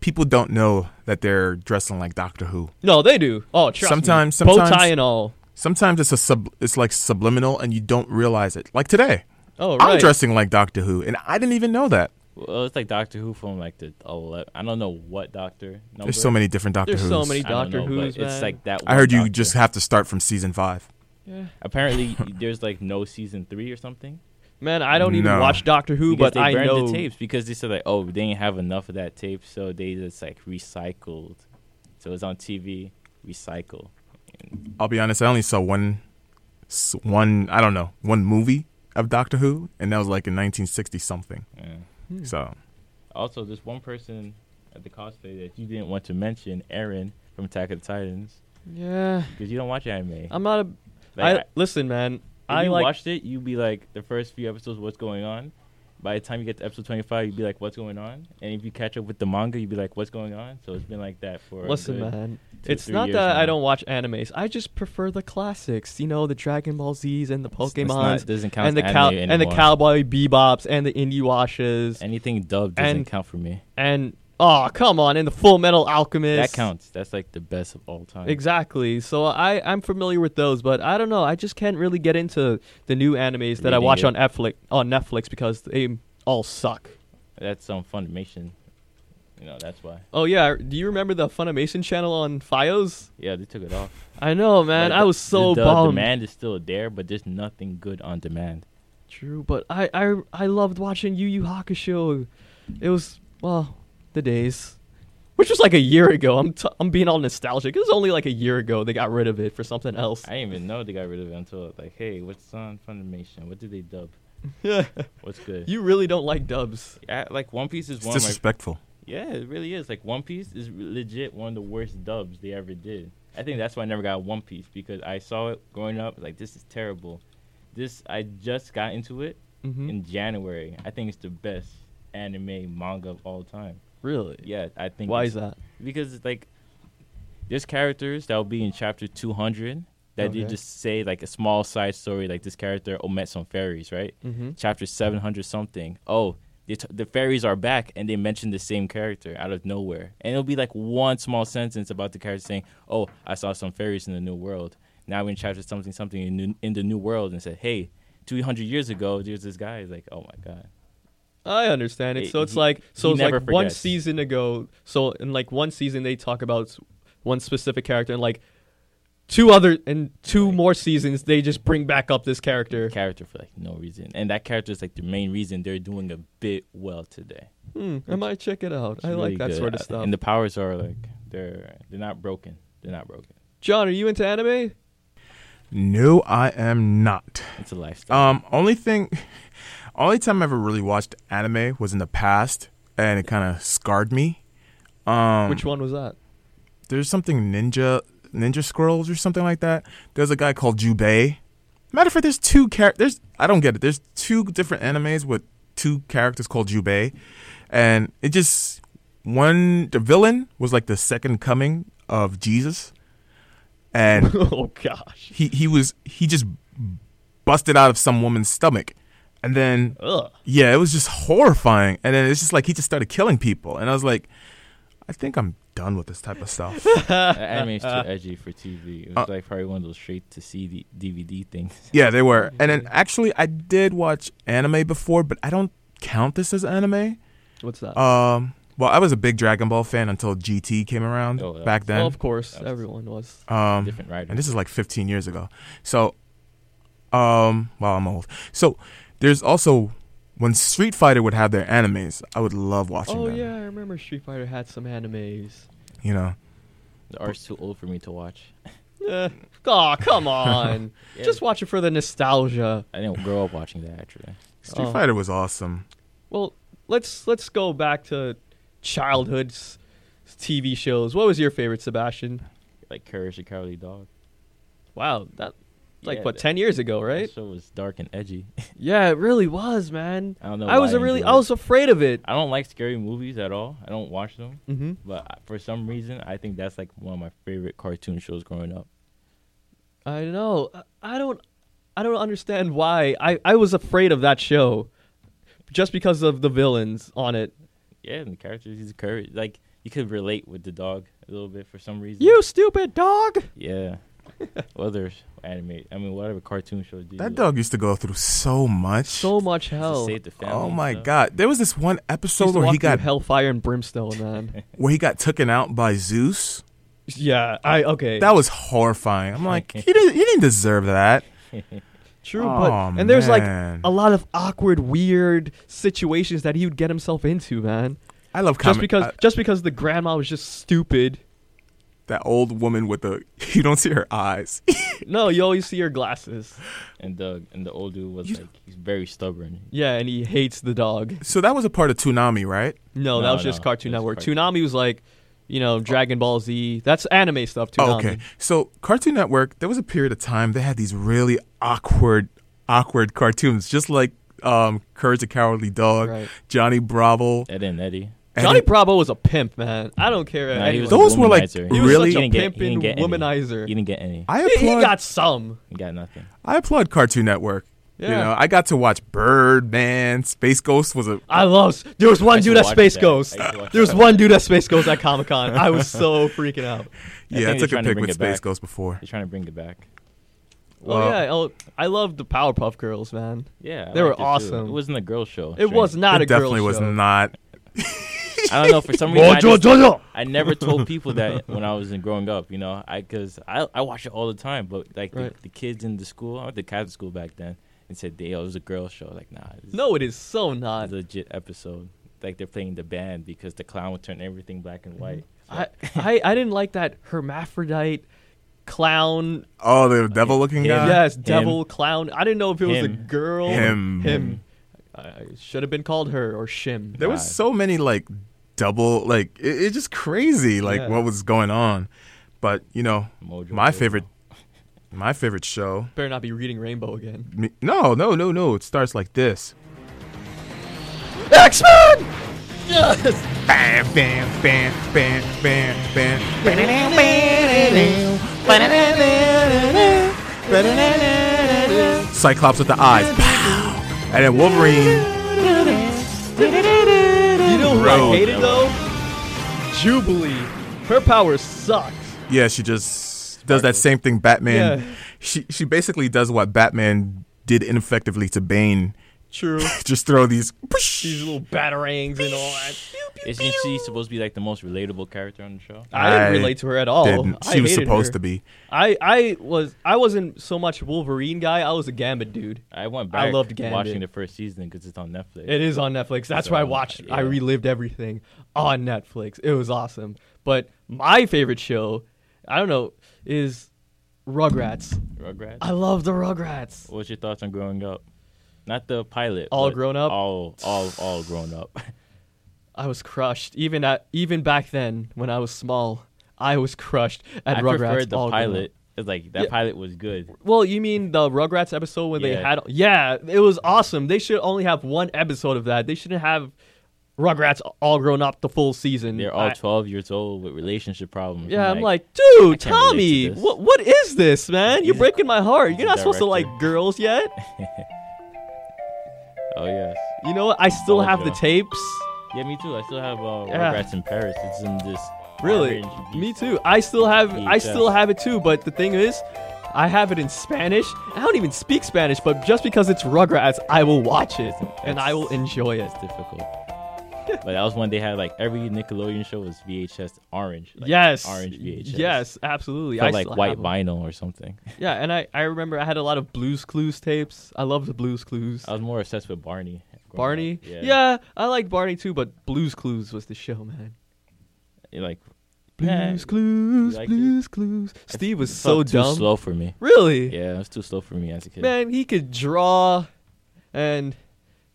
S3: people don't know that they're dressing like Doctor Who.
S2: No, they do. Oh, trust
S3: Sometimes-
S2: me. bow tie
S3: sometimes-
S2: and all.
S3: Sometimes it's a sub, it's like subliminal, and you don't realize it. Like today,
S2: Oh, right.
S3: I'm dressing like Doctor Who, and I didn't even know that.
S4: Well, it's like Doctor Who from like the 11, I don't know what Doctor. Number.
S3: There's so many different Doctor
S2: Oh, There's
S3: Who's.
S2: so many
S4: I don't
S2: Doctor
S4: know,
S2: Who's,
S4: but It's
S2: man.
S4: like that.
S3: I
S4: one
S3: heard you
S4: Doctor.
S3: just have to start from season five.
S2: Yeah.
S4: Apparently, there's like no season three or something.
S2: Man, I don't even
S3: No.
S2: watch Doctor Who,
S4: Because
S2: but
S4: they
S2: I
S4: burned
S2: know
S4: the tapes because they said like, oh, they didn't have enough of that tape, so they just like recycled. So it's on TV, recycle.
S3: I'll be honest, I only saw one, s- one I don't know, one movie of Doctor Who, and that was like in 1960 something.
S4: Yeah.
S2: Hmm.
S3: So
S4: Also, there's one person at the cosplay that you didn't want to mention, Aaron from Attack of the Titans,
S2: Yeah,
S4: because you don't watch anime.
S2: I'm not a.
S4: Like,
S2: Uh, I listen, man.
S4: If
S2: I
S4: you
S2: like.
S4: watched it, you'd be like the first few episodes, what's going on? by the time you get to episode 25, you'd be like, what's going on? And if you catch up with the manga, you'd be like, what's going on? So it's been like that for. a
S2: Listen,
S4: good-
S2: man.
S4: two,
S2: It's
S4: three
S2: not
S4: years
S2: that I
S4: now.
S2: don't watch animes. I just prefer the classics. You know, the Dragon Ball Z's and the
S4: It's not-
S2: Pokemons
S4: doesn't count
S2: and the
S4: as
S2: cow
S4: anime
S2: and the
S4: anymore.
S2: Cowboy Bebops and the Inuyashas and,
S4: Anything dubbed doesn't
S2: and-
S4: count for me.
S2: oh come on and the Full Metal Alchemist.
S4: That counts. That's like the best of all time.
S2: Exactly. So I I'm familiar with those, but I don't know. I just can't really get into the new animes that I
S4: Reading
S2: watch
S4: it.
S2: on Netflix on Netflix because they all suck.
S4: That's some Funimation. You know, that's why.
S2: Oh yeah, do you remember the Funimation channel on FiOS?
S4: Yeah, they took it off.
S2: I know, man.
S4: Like,
S2: I
S4: the-
S2: was so
S4: the, The
S2: bummed.
S4: demand is still there, but there's nothing good on demand.
S2: True, but I, I I loved watching Yu Yu Hakusho. It was well, the days, which was like a year ago. I'm t- I'm being all nostalgic. It was only like a year ago they got rid of it for something else.
S4: I didn't even know they got rid of it until like, hey, what's on Funimation? What did they dub? What's good?
S2: you really don't like dubs.
S4: I, like One Piece is
S3: It's
S4: one of my
S3: disrespectful.
S4: yeah, it really is. Like One Piece is legit one of the worst dubs they ever did. I think that's why I never got One Piece because I saw it growing up. Like this is terrible. This I just got into it
S2: hmm
S4: in January. I think it's the best anime manga of all time.
S2: Really?
S4: Yeah, I think.
S2: Why
S4: it's-
S2: is that?
S4: because it's like there's characters that will be in chapter 200 that they
S2: Okay.
S4: just say like a small side story like this character oh met some fairies right
S2: Mm-hmm.
S4: chapter 700 something oh they t- the fairies are back and they mention the same character out of nowhere and it'll be like one small sentence about the character saying oh i saw some fairies in the new world now we're in chapter something something in, new, in the new world and said hey 200 years ago there's this guy It's like oh my god
S2: I understand it.
S4: It-
S2: So it's
S4: he-
S2: like so
S4: he
S2: it's like
S4: never
S2: one
S4: forgets.
S2: season ago. So in like one season they talk about s- one specific character and like two other and two more seasons they just bring back up this character.
S4: character for like no reason and that character is like the main reason they're doing a bit well today
S2: Hmm, I might check it out.
S4: It's
S2: I
S4: really
S2: like that
S4: good.
S2: sort of
S4: Uh,
S2: stuff.
S4: And the powers are like they're they're not broken. They're not broken.
S2: John, are you into anime?
S3: No, I am not.
S4: It's a lifestyle.
S3: Um, only thing, only time I ever really watched anime was in the past, and it kind of scarred me. Um,
S2: Which one was that?
S3: there's something ninja ninja scrolls or something like that. There's a guy called Jubei. Matter of fact, there's two characters. I don't get it. There's two different animes with two characters called Jubei, and it just one the villain was like the second coming of Jesus, and
S2: oh gosh.
S3: he he was he just busted out of some woman's stomach, and then
S2: Ugh.
S3: yeah, it was just horrifying. And then it's just like he just started killing people, and I was like, I think I'm done with this type of stuff.
S2: Um,
S4: Uh, Anime is too edgy for TV. It was
S3: Uh,
S4: like probably one of those straight to CD DVD things.
S3: Yeah, they were. And then actually, I did watch anime before, but I don't count this as anime.
S2: What's that?
S3: Um, well, I was a big Dragon Ball fan until GT came around
S4: Oh, that
S3: back
S2: well,
S3: then.
S2: of course,
S4: That was-
S2: everyone was.
S3: Um,
S4: Different writer.
S3: and this is like 15 years ago. So, um, well, I'm old. So there's also when Street Fighter would have their animes, I would love watching
S2: Oh
S3: them.
S2: yeah, I remember Street Fighter had some animes.
S3: You know,
S4: the art's too old for me to watch.
S2: Eh. Aw, come on.
S4: Yeah.
S2: Just watch it for the nostalgia.
S4: I didn't grow up watching that actually.
S3: Street
S2: Oh.
S3: Fighter was awesome.
S2: Well, let's let's go back to childhood's TV shows. What was your favorite, Sebastian?
S4: Like Courage the Cowardly Dog.
S2: Wow, that like
S4: Yeah,
S2: what
S4: that-
S2: ten years ago, right?
S4: That show was dark and edgy.
S2: Yeah, it really was, man.
S4: I don't know.
S2: I was
S4: why
S2: a really
S4: enjoyed
S2: I
S4: it.
S2: was afraid of it.
S4: I don't like scary movies at all. I don't watch them.
S2: Mm-hmm.
S4: But I- for some reason, I think that's like one of my favorite cartoon shows growing up.
S2: I know. I- I don't. I don't understand why. I I was afraid of that show, just because of the villains on it.
S4: Yeah, and the characters, he's courage. Like you could relate with the dog a little bit for some reason.
S2: You stupid dog!
S4: Yeah. Other anime, I mean, whatever cartoon show. Do
S3: That
S4: you-
S3: dog used to go through so much.
S2: So much
S4: to
S2: hell.
S4: save the family
S3: Oh
S4: and
S3: my
S4: stuff.
S3: god! There was this one
S2: Used
S3: episode
S2: to
S3: where he
S2: walk through
S3: got
S2: hellfire and brimstone, man.
S3: where he got taken out by Zeus.
S2: yeah, I okay.
S3: That was horrifying. I'm like, you didn't, you didn't deserve that.
S2: True,
S3: Aw,
S2: but and there's
S3: Oh, man.
S2: like a lot of awkward, weird situations that he would get himself into, man.
S3: I love
S2: Just
S3: comic. uh,
S2: because,
S3: I-
S2: just because the grandma was just stupid.
S3: that old woman with the you don't see her eyes.
S2: No, you always see her glasses.
S4: And the and the old dude was
S3: You-
S4: like, he's very stubborn.
S2: Yeah, and he hates the dog.
S3: so that was a part of Toonami, right?
S2: No, that
S4: No,
S2: was just
S4: no,
S2: Cartoon
S4: that's
S2: Network.
S4: Cartoon. Oh.
S2: Toonami was like, you know, Dragon Ball Z. That's anime stuff. Toonami.
S3: Oh, okay. So Cartoon Network, there was a period of time they had these really awkward, awkward cartoons, just like um, Courage the Cowardly Dog,
S2: Right.
S3: Johnny Bravo.
S4: Ed and Eddie.
S3: and
S2: Johnny
S3: it-
S2: Bravo was a pimp, man. I don't care.
S4: Nah,
S2: any-
S4: he was a
S3: Those were, like,
S4: womanizer.
S3: He
S2: was
S3: really-
S2: such
S4: He
S2: a
S4: didn't get- he
S2: pimping
S4: didn't get any.
S2: womanizer.
S4: He didn't get any.
S3: I
S2: He- he
S3: applaud,
S2: got some.
S4: He got nothing.
S3: I applaud Cartoon Network. You
S2: Yeah.
S3: know, I got to watch Birdman, Space Ghost was a
S2: I love. There was one
S4: used to
S2: dude at
S4: watch
S2: Space
S4: that.
S2: Ghost.
S4: I used to watch
S2: There was
S4: that.
S2: one dude at Space Ghost at Comic Con. I was so freaking out. Oh,
S3: yeah. I
S4: think
S3: took
S4: they're
S3: a
S4: trying to
S3: pic
S4: bring
S3: with
S4: it
S3: Space
S4: back.
S3: Ghost before.
S4: He's trying to bring it back.
S2: oh
S3: Well-
S2: yeah, oh, I love the Powerpuff Girls, man.
S4: Yeah, I
S2: They were
S4: liked it too.
S2: awesome.
S4: It wasn't a girl show.
S2: It
S4: Strange.
S2: was not
S3: it
S2: a girl
S3: definitely was
S2: show.
S3: not.
S4: I don't know for some reason. I, just- I never told people that when I was in growing up. You know, I because I I watched it all the time. But like
S2: Right.
S4: the, the kids in the school, I went to Catholic school back then, and said, "Yo, it was a girl show." Like, nah, this
S2: No, it is so
S4: is
S2: not.
S4: a legit episode. Like they're playing the band because the clown would turn everything black and white.
S2: I, I I didn't like that hermaphrodite clown.
S3: Oh, the devil looking
S4: Him.
S3: guy.
S2: yes,
S4: him.
S2: devil clown. I didn't know if it was a
S4: Him.
S2: girl.
S3: Him.
S2: Him. I should have been called her or shim.
S3: There was
S4: God.
S3: so many like double like it, it's just crazy like
S2: Yeah.
S3: what was going on. But you know,
S4: Mojo
S3: my
S4: Jojo.
S3: favorite, my favorite show.
S2: Better not be reading Rainbow again.
S3: me- No, no, no, no. It starts like this.
S2: X Men. Yes.
S3: Bam, bam, bam, bam, bam, bam. Cyclops with the eyes. Pow. And then Wolverine.
S2: You know who
S3: Road.
S2: I hated though? Jubilee. Her power sucks.
S3: Yeah, she just does that same thing Batman.
S2: Yeah.
S3: She she basically does what Batman did ineffectively to Bane.
S2: True.
S3: Just throw these.
S2: These little batarangs and all that.
S4: Isn't she supposed to be like the most relatable character on the show?
S2: I didn't
S3: I
S2: relate to her at
S4: Oh,
S2: all.
S3: Didn't.
S2: I
S3: She was
S2: hated
S3: supposed
S2: her.
S3: to be.
S2: I, I was I wasn't so much Wolverine guy. I was a Gambit dude.
S4: I went
S2: I
S4: back
S2: loved Gambit.
S4: watching the first season because it's on Netflix.
S2: It is on Netflix. That's
S4: So,
S2: why I watched. I
S4: yeah.
S2: relived everything on Netflix. It was awesome. But my favorite show, I don't know, is Rugrats.
S4: Rugrats.
S2: I love the Rugrats.
S4: What's your thoughts on growing up? Not the pilot.
S2: All
S4: but
S2: grown up?
S4: All all all grown up.
S2: I was crushed. Even at even back then when I was small, I was crushed at
S4: I
S2: Rugrats.
S4: preferred the
S2: all grown up.
S4: pilot. It's like that
S2: Yeah.
S4: pilot was good.
S2: Well, you mean the Rugrats episode when they
S4: Yeah.
S2: had? Yeah, it was awesome. They should only have one episode of that. They shouldn't have Rugrats all grown up the full season.
S4: They're all
S2: I-
S4: twelve years old with relationship problems.
S2: yeah, I'm like,
S4: I
S2: dude,
S4: can't relate
S2: Tommy,
S4: to this."
S2: what what is this, man? You're
S4: He's a-
S2: breaking my heart.
S4: he's
S2: You're
S4: a
S2: not supposed to like
S4: director.
S2: girls yet.
S4: oh yes,
S2: You know what? I still
S4: Told
S2: have the
S4: ya.
S2: tapes.
S4: yeah, me too. I still have uh,
S2: Yeah.
S4: Rugrats in Paris. It's in this.
S2: Really?
S4: orange
S2: Me
S4: beast.
S2: too. I still have I
S4: VHS.
S2: still have it too, but the thing is, I have it in Spanish. I don't even speak Spanish, but just because it's Rugrats, I will watch it and I will enjoy it.
S4: It's difficult. but that was when they had like every Nickelodeon show was VHS orange. like,
S2: yes.
S4: orange VHS.
S2: Yes, absolutely.
S4: felt
S2: I
S4: like
S2: still
S4: white
S2: have 'em.
S4: vinyl or something.
S2: Yeah, and I, I remember I had a lot of Blues Clues tapes. I love the Blues Clues.
S4: I was more obsessed with Barney. growing up.
S2: Barney. Yeah. I like Barney too, but Blues Clues was the show, man.
S4: It, like
S2: Blues
S4: yeah,
S2: Clues,
S4: liked it?
S2: Blues Clues. Steve was so
S4: felt too
S2: dumb.
S4: slow for me.
S2: Really?
S4: Yeah, it was too slow for me as a kid.
S2: Man, he could draw, and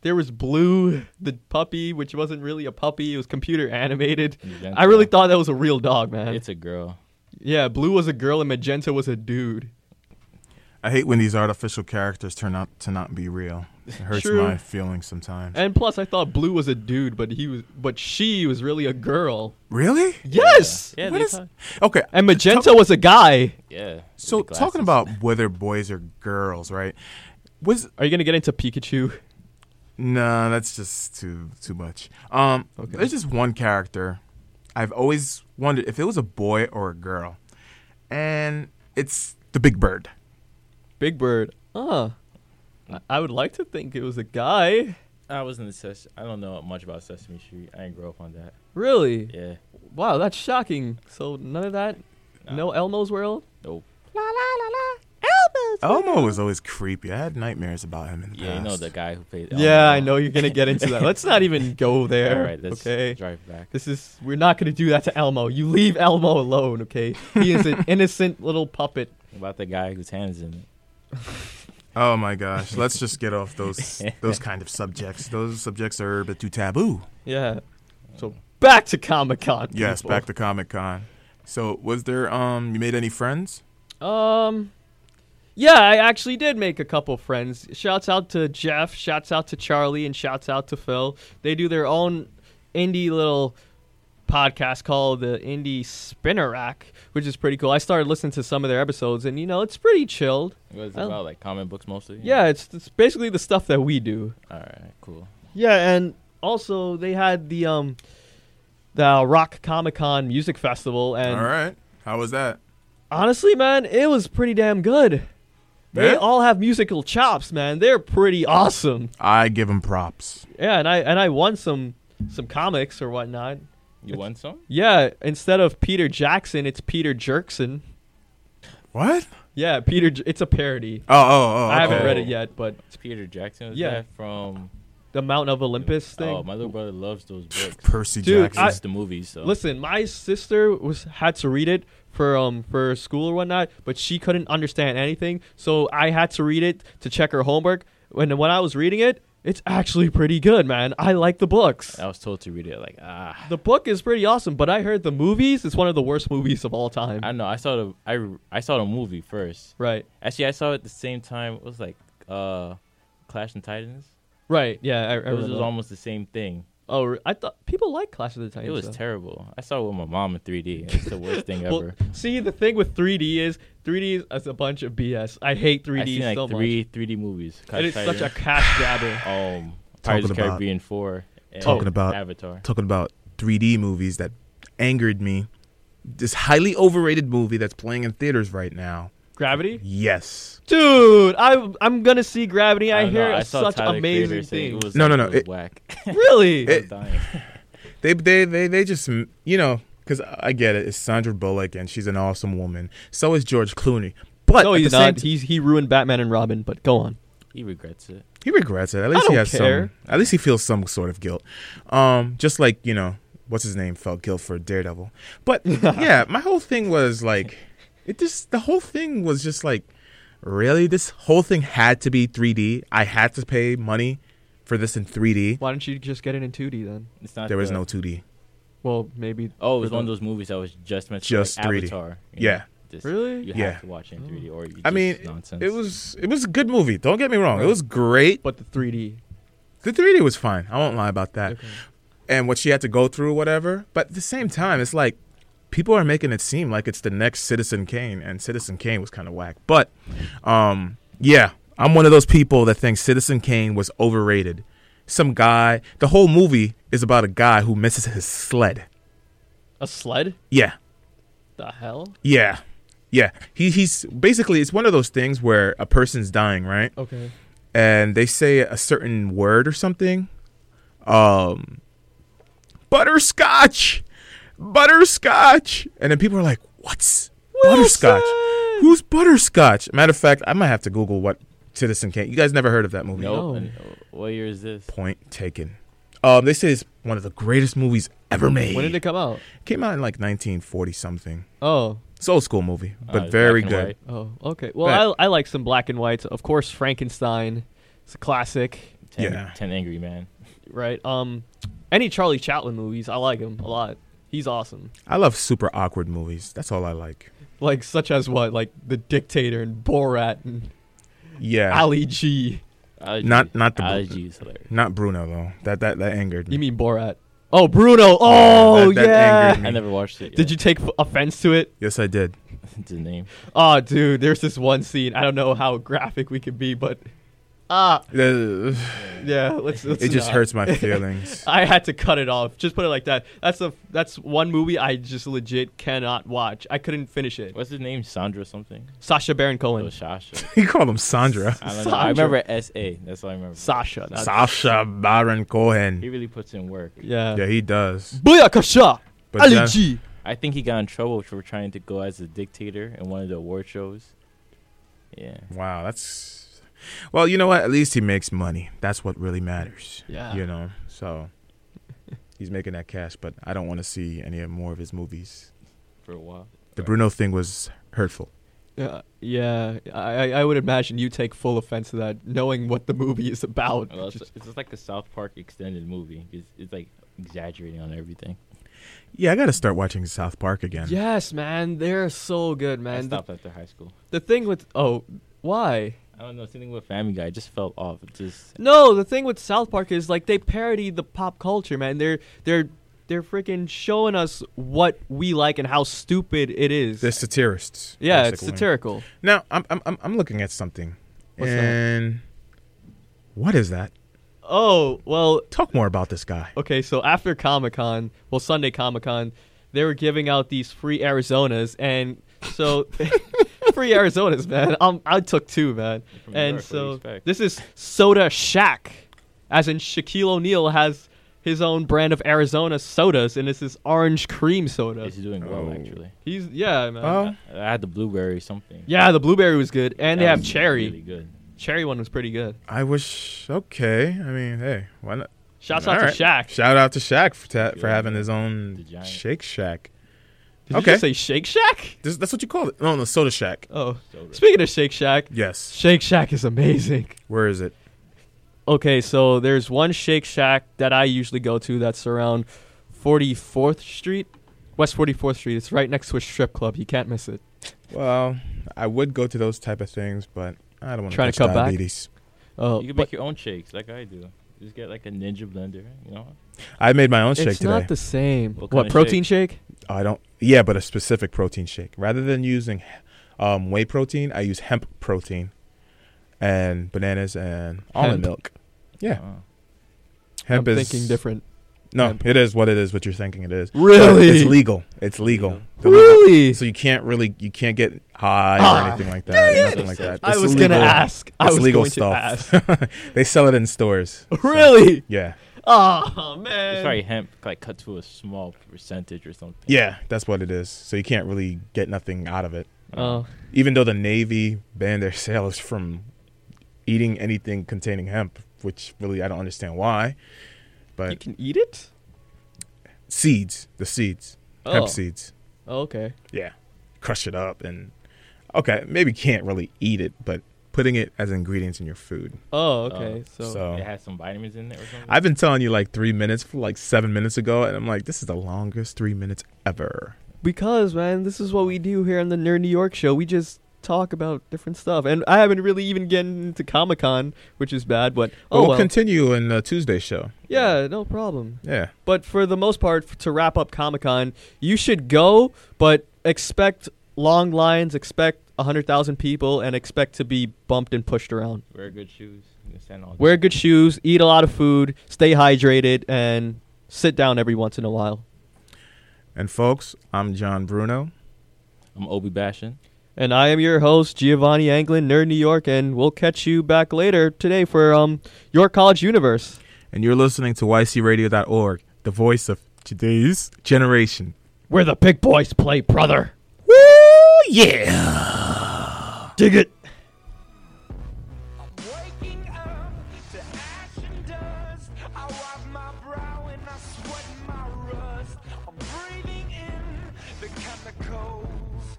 S2: there was Blue, the puppy, which wasn't really a puppy. It was computer animated.
S4: Magenta.
S2: I really thought that was a real dog, man.
S4: It's a girl.
S2: yeah, Blue was a girl and Magenta was a dude.
S3: I hate when these artificial characters turn out to not be real. It hurts
S2: True.
S3: my feelings sometimes.
S2: And plus, I thought Blue was a dude, but he was, but she was really a girl.
S3: really?
S2: Yes.
S4: Yeah,
S3: What
S4: they
S3: is-
S4: talk-
S3: Okay.
S2: And Magenta was a guy.
S4: yeah. with
S3: So
S4: the
S3: talking
S4: glasses.
S3: about whether boys or girls, right? Was
S2: Are you gonna get into Pikachu?
S3: nah, that's just too too much. Um, there's just one character I've always wondered if it was a boy or a girl, and it's the Big Bird.
S2: Big Bird. Uh I- I would like to think it was a guy.
S4: I wasn't ses- I don't know much about Sesame Street. I didn't grow up on that.
S2: Really?
S4: Yeah.
S2: Wow, that's shocking. So none of that? No Elmo's World?
S4: Nope.
S3: Elmo was always creepy. I had nightmares about him in the
S4: Yeah, you know
S3: past.
S4: the guy who played.
S2: yeah, I know you're gonna get into that. Let's not even go
S4: All
S2: there.
S4: right, let's
S2: okay.
S4: drive back.
S2: This is we're not gonna do that to Elmo. You leave Elmo alone, okay? He is an innocent little puppet.
S4: What About the guy whose hands in it.
S3: Oh my gosh! Let's just get off those those kind of subjects. Those subjects are a bit too taboo.
S2: Yeah. So back to Comic Con.
S3: Yes, back to Comic Con. So, was there um you made any friends?
S2: Um Yeah, I actually did make a couple friends. Shouts out to Jeff, shouts out to Charlie, and shouts out to Phil. They do their own indie little podcast called the Indie Spinner Rack, which is pretty cool. I started listening to some of their episodes, and you know, it's pretty chilled.
S4: What is it
S2: Oh.
S4: about? Like comic books mostly?
S2: Yeah, it's, it's basically the stuff that we do.
S4: All right, cool.
S2: Yeah, and also they had the um the Rock Comic Con Music Festival, and
S3: All right. How was that?
S2: honestly, man, it was pretty damn good. They
S3: Yeah?
S2: all have musical chops, man. They're pretty awesome.
S3: I give him props.
S2: Yeah, and I and I won some some comics or whatnot.
S4: You won some?
S2: Yeah, instead of Peter Jackson, it's Peter Jerkson.
S3: What?
S2: Yeah, Peter. J- It's a parody.
S3: Oh, oh, oh.
S2: I haven't
S3: okay.
S2: read it yet, but
S4: It's Peter Jackson. Is
S2: Yeah.
S4: that from?
S2: the Mountain of Olympus thing.
S4: Oh, my little brother loves those books.
S3: Percy
S2: Dude,
S3: Jackson.
S2: I-
S4: It's the movies. So
S2: Listen, my sister was had to read it for um for school or whatnot, but she couldn't understand anything, so I had to read it to check her homework. And when I was reading it, it's actually pretty good, man. I like the books.
S4: I was told to read it. Like ah,
S2: The book is pretty awesome, but I heard the movies is one of the worst movies of all time.
S4: I know. I saw the I I saw the movie first.
S2: right.
S4: Actually, I saw it at the same time. It was like uh, Clash and Titans.
S2: Right. Yeah, I, I
S4: It was, it was
S2: remember.
S4: almost the same thing.
S2: oh, re- I thought people like Clash of the Titans.
S4: It was
S2: though.
S4: terrible. I saw it with my mom in 3D. It's the worst thing ever.
S2: Well, see, the thing with 3D is 3D is a bunch of BS. I hate 3D
S4: I seen like
S2: so
S4: three 3D movies.
S2: much.
S4: Clash
S2: It is such a
S4: Titans,
S2: cash grabber.
S4: um Pirates of the
S3: Talking about-
S4: Caribbean 4. and
S3: Talking about-
S4: Avatar.
S3: talking about 3D movies that angered me. This highly overrated movie that's playing in theaters right now.
S2: Gravity.
S3: Yes.
S2: Dude, I I'm gonna see Gravity. I,
S4: don't know,
S2: hear
S4: I saw
S2: such
S4: Tyler Creator
S2: amazing
S4: say
S2: things.
S4: It was
S3: No,
S4: like,
S3: no, no,
S4: It was
S3: it-
S4: whack.
S2: really?
S4: I was dying.
S3: They they they they just you know because I get it. It's Sandra Bullock and she's an awesome woman. So is George Clooney. But
S2: no,
S3: at
S2: he's
S3: the same
S2: not. He's he ruined Batman and Robin. But go on.
S4: He regrets it.
S3: He regrets it. At least he
S2: don't
S3: has
S2: care.
S3: some. At least he feels some sort of guilt. Um, just like you know, what's his name felt guilt for Daredevil. But yeah, my whole thing was like, it just the whole thing was just like, really, this whole thing had to be 3D. I had to pay money for this in 3D.
S2: Why don't you just get it in 2D then?
S4: It's not
S3: There was
S4: the-
S3: no 2D.
S2: Well, maybe.
S4: Oh, it was
S2: for
S4: one of
S2: the-
S4: those movies that was just meant
S3: Just
S4: for like
S3: 3D.
S4: Avatar. you
S3: Yeah.
S4: know, just-
S2: Really?
S4: You
S3: Yeah.
S4: have to watch it in 3D or you
S3: I
S4: just
S3: mean,
S4: nonsense.
S3: it was it was a good movie. Don't get me wrong. It was great.
S2: But the 3D.
S3: The 3D was fine. I won't lie about that.
S2: Okay.
S3: and what she had to go through, whatever. But at the same time, it's like people are making it seem like it's the next Citizen Kane, and Citizen Kane was kind of whack. But um, yeah, I'm one of those people that thinks Citizen Kane was overrated. Some guy, the whole movie is about a guy who misses his sled.
S2: A sled?
S3: Yeah,
S2: The hell?
S3: yeah, yeah. He, he's basically, it's one of those things where a person's dying, right?
S2: Okay.
S3: and they say a certain word or something. Um, butterscotch, butterscotch, and then people are like, "What's butterscotch?
S2: Wilson!
S3: Who's butterscotch?" Matter of fact, I might have to Google what Citizen Kane. You guys never heard of that movie?
S4: no.
S2: No.
S4: and- uh, What year is this?
S3: Point taken. Um, they say it's one of the greatest movies ever made.
S2: When did it come out?
S3: Came out in like 1940 something.
S2: Oh.
S3: It's old school movie,
S4: Uh,
S3: but
S4: it's
S3: very
S4: black and
S3: good.
S4: white.
S2: Oh. Okay. Well, I I like some black and whites. Of course, Frankenstein. It's a classic,
S4: Ten,
S3: Yeah.
S4: ten Angry Man.
S2: right? Um, any Charlie Chaplin movies, I like him a lot. He's awesome.
S3: I love super awkward movies. That's all I like.
S2: Like such as what? Like The Dictator and Borat and
S3: Yeah,
S2: Ali G.
S4: Allergy.
S3: Not- not the book.
S4: allergy is hilarious.
S3: not Bruno though. That that that angered me.
S2: You mean Borat? Oh, Bruno. Oh,
S3: Mm. that- that
S2: yeah.
S3: angered
S4: I never watched it.
S2: Did you take f- offense to it?
S3: Yes, I did.
S4: the name?
S2: Oh, dude, there's this one scene. I don't know how graphic we could be, but ah,
S3: Uh,
S2: yeah. Let's. let's
S3: it just
S2: not.
S3: hurts my feelings.
S2: I had to cut it off. Just put it like that. That's the that's one movie I just legit cannot watch. I couldn't finish it.
S4: What's his name? Sandra something.
S2: Sasha Baron
S4: It
S2: Cohen.
S4: was Sasha.
S3: you call him Sandra.
S4: I don't know. I
S2: Sandra.
S4: remember S A. That's all I remember.
S2: Sasha. not-
S3: Sasha Baron
S4: He
S3: Cohen.
S4: really puts in work.
S2: yeah.
S3: Yeah, he does.
S2: Booyakasha.
S3: But
S2: Ali
S3: then-
S2: G.
S4: I think he got in trouble for trying to go as a dictator in one of the award shows. Yeah.
S3: Wow, that's. Well, you know what? At least he makes money. That's what really matters.
S2: Yeah.
S3: You know, so he's making that cash. But I don't want to see any more of his movies.
S4: For a while.
S3: The Bruno thing was hurtful.
S2: Yeah, yeah. I, I I would imagine you take full offense to that, knowing what the movie is about.
S4: Well, it's, it's just like a South Park extended movie. It's, it's like exaggerating on everything.
S3: Yeah, I gotta start watching South Park again.
S2: Yes, man, they're so good,
S4: I
S2: man. The,
S4: stopped after high school.
S2: the thing with oh, why?
S4: I don't know. Something with Family Guy just fell off. It just
S2: No, the thing with South Park is like they parody the pop culture, man. They're they're they're freaking showing us what we like and how stupid it is.
S3: They're satirists.
S2: yeah, it's
S3: basically.
S2: satirical.
S3: Now I'm I'm I'm- I'm looking at something.
S2: What's that?
S3: and what is that?
S2: Oh, well,
S3: Talk more about this guy.
S2: okay, so after Comic Con, well, Sunday Comic Con, they were giving out these free Arizonas, and so free Arizonas, man. Um, I took two, man.
S4: from New
S2: And
S4: York, what do you
S2: so
S4: expect?
S2: this is Soda Shack, as in Shaquille O'Neal has his own brand of Arizona sodas, and this is orange cream soda.
S4: it's doing well actually.
S2: He's yeah, man.
S3: Oh,
S4: I had the blueberry something.
S2: Yeah, the blueberry was good, and they
S4: That
S2: have
S4: was
S2: cherry.
S4: Really good.
S2: Cherry one was pretty good.
S3: I wish. Okay, I mean, hey, why not?
S2: Shouts
S3: All
S2: out
S3: right.
S2: to Shaq.
S3: Shout out to Shaq for ta- for
S4: Yeah.
S3: having his
S4: The
S3: own
S4: giant.
S3: Shake Shack.
S2: Did
S3: Okay.
S2: you just say Shake Shack?
S3: This, that's what you call it. No, no, Soda Shack.
S2: Oh,
S4: Soda.
S2: speaking of Shake Shack,
S3: Yes.
S2: Shake Shack is amazing.
S3: Where is it?
S2: Okay, so there's one Shake Shack that I usually go to that's around 44th Street, West 44th Street. It's right next to a strip club. You can't miss it.
S3: Well, I would go to those type of things, but I don't want
S2: Trying
S3: to
S2: to
S3: catch
S2: cut back?
S3: diabetes.
S2: Oh,
S4: You can
S2: but
S4: make your own shakes like I do. Just get like a ninja blender, you know?
S3: I made my own shake
S2: it's
S3: today.
S2: not the same. What,
S4: What kind of
S2: protein shake?
S3: I don't. Yeah, but a specific protein shake. Rather than using um, whey protein, I use hemp protein, and bananas and almond
S2: Hemp.
S3: milk. Yeah,
S4: Uh,
S3: hemp
S2: I'm
S3: is
S2: thinking different.
S3: No,
S2: Hemp.
S3: it is what it is. What you're thinking it is.
S2: Really?
S3: But it's legal. It's legal. The legal-
S2: Really?
S3: So you can't really, you can't get high or
S2: Ah,
S3: anything like that.
S4: it.
S3: Nothing like that.
S2: I
S3: It's
S2: was
S3: legal.
S2: gonna ask. I
S3: It's
S2: was
S3: legal
S2: going
S3: stuff.
S2: to
S3: they sell it in stores.
S2: ask. really?
S3: Yeah,
S2: Oh man.
S4: it's probably hemp like cut to a small percentage or something.
S3: yeah, that's what it is. So you can't really get nothing out of it.
S2: Oh,
S3: even though the Navy banned their sailors from eating anything containing hemp, which really I don't understand why.
S2: you
S3: But
S2: can eat it?
S3: seeds, the seeds, hemp
S2: Oh.
S3: seeds,
S2: Oh, okay.
S3: yeah, crush it up and okay, maybe can't really eat it, but putting it as ingredients in your food.
S2: Oh, okay. so,
S3: so
S4: It has some vitamins in there or something.
S3: I've been telling you like three minutes, for like seven minutes ago, and I'm like, this is the longest three minutes
S2: Oh,
S3: ever.
S2: because man, this is what we do here on the Nerd New York show. We just talk about different stuff, and I haven't really even gotten into Comic Con, which is bad. But
S3: But
S2: oh
S3: we'll
S2: well.
S3: continue in the Tuesday show.
S2: yeah, no problem.
S3: Yeah,
S2: But for the most part, f- to wrap up Comic Con, you should go, but expect long lines, expect hundred thousand people, and expect to be bumped and pushed around.
S4: Wear good shoes. You can stand all
S2: Wear good shoes, eat a lot of food, stay hydrated, and sit down every once in a while.
S3: and folks, I'm John Bruno.
S4: I'm Obi Bashin.
S2: And I am your host, Giovanni Anglin, Nerd New York, and we'll catch you back later today for um York College Universe.
S3: and you're listening to ycradio.org, the voice of today's generation.
S2: Where the big boys play, brother.
S3: Woo, yeah.
S2: Dig it.
S1: Waking up to ash and dust. I wipe my brow and I sweat my rust. I'm breathing in the chemicals.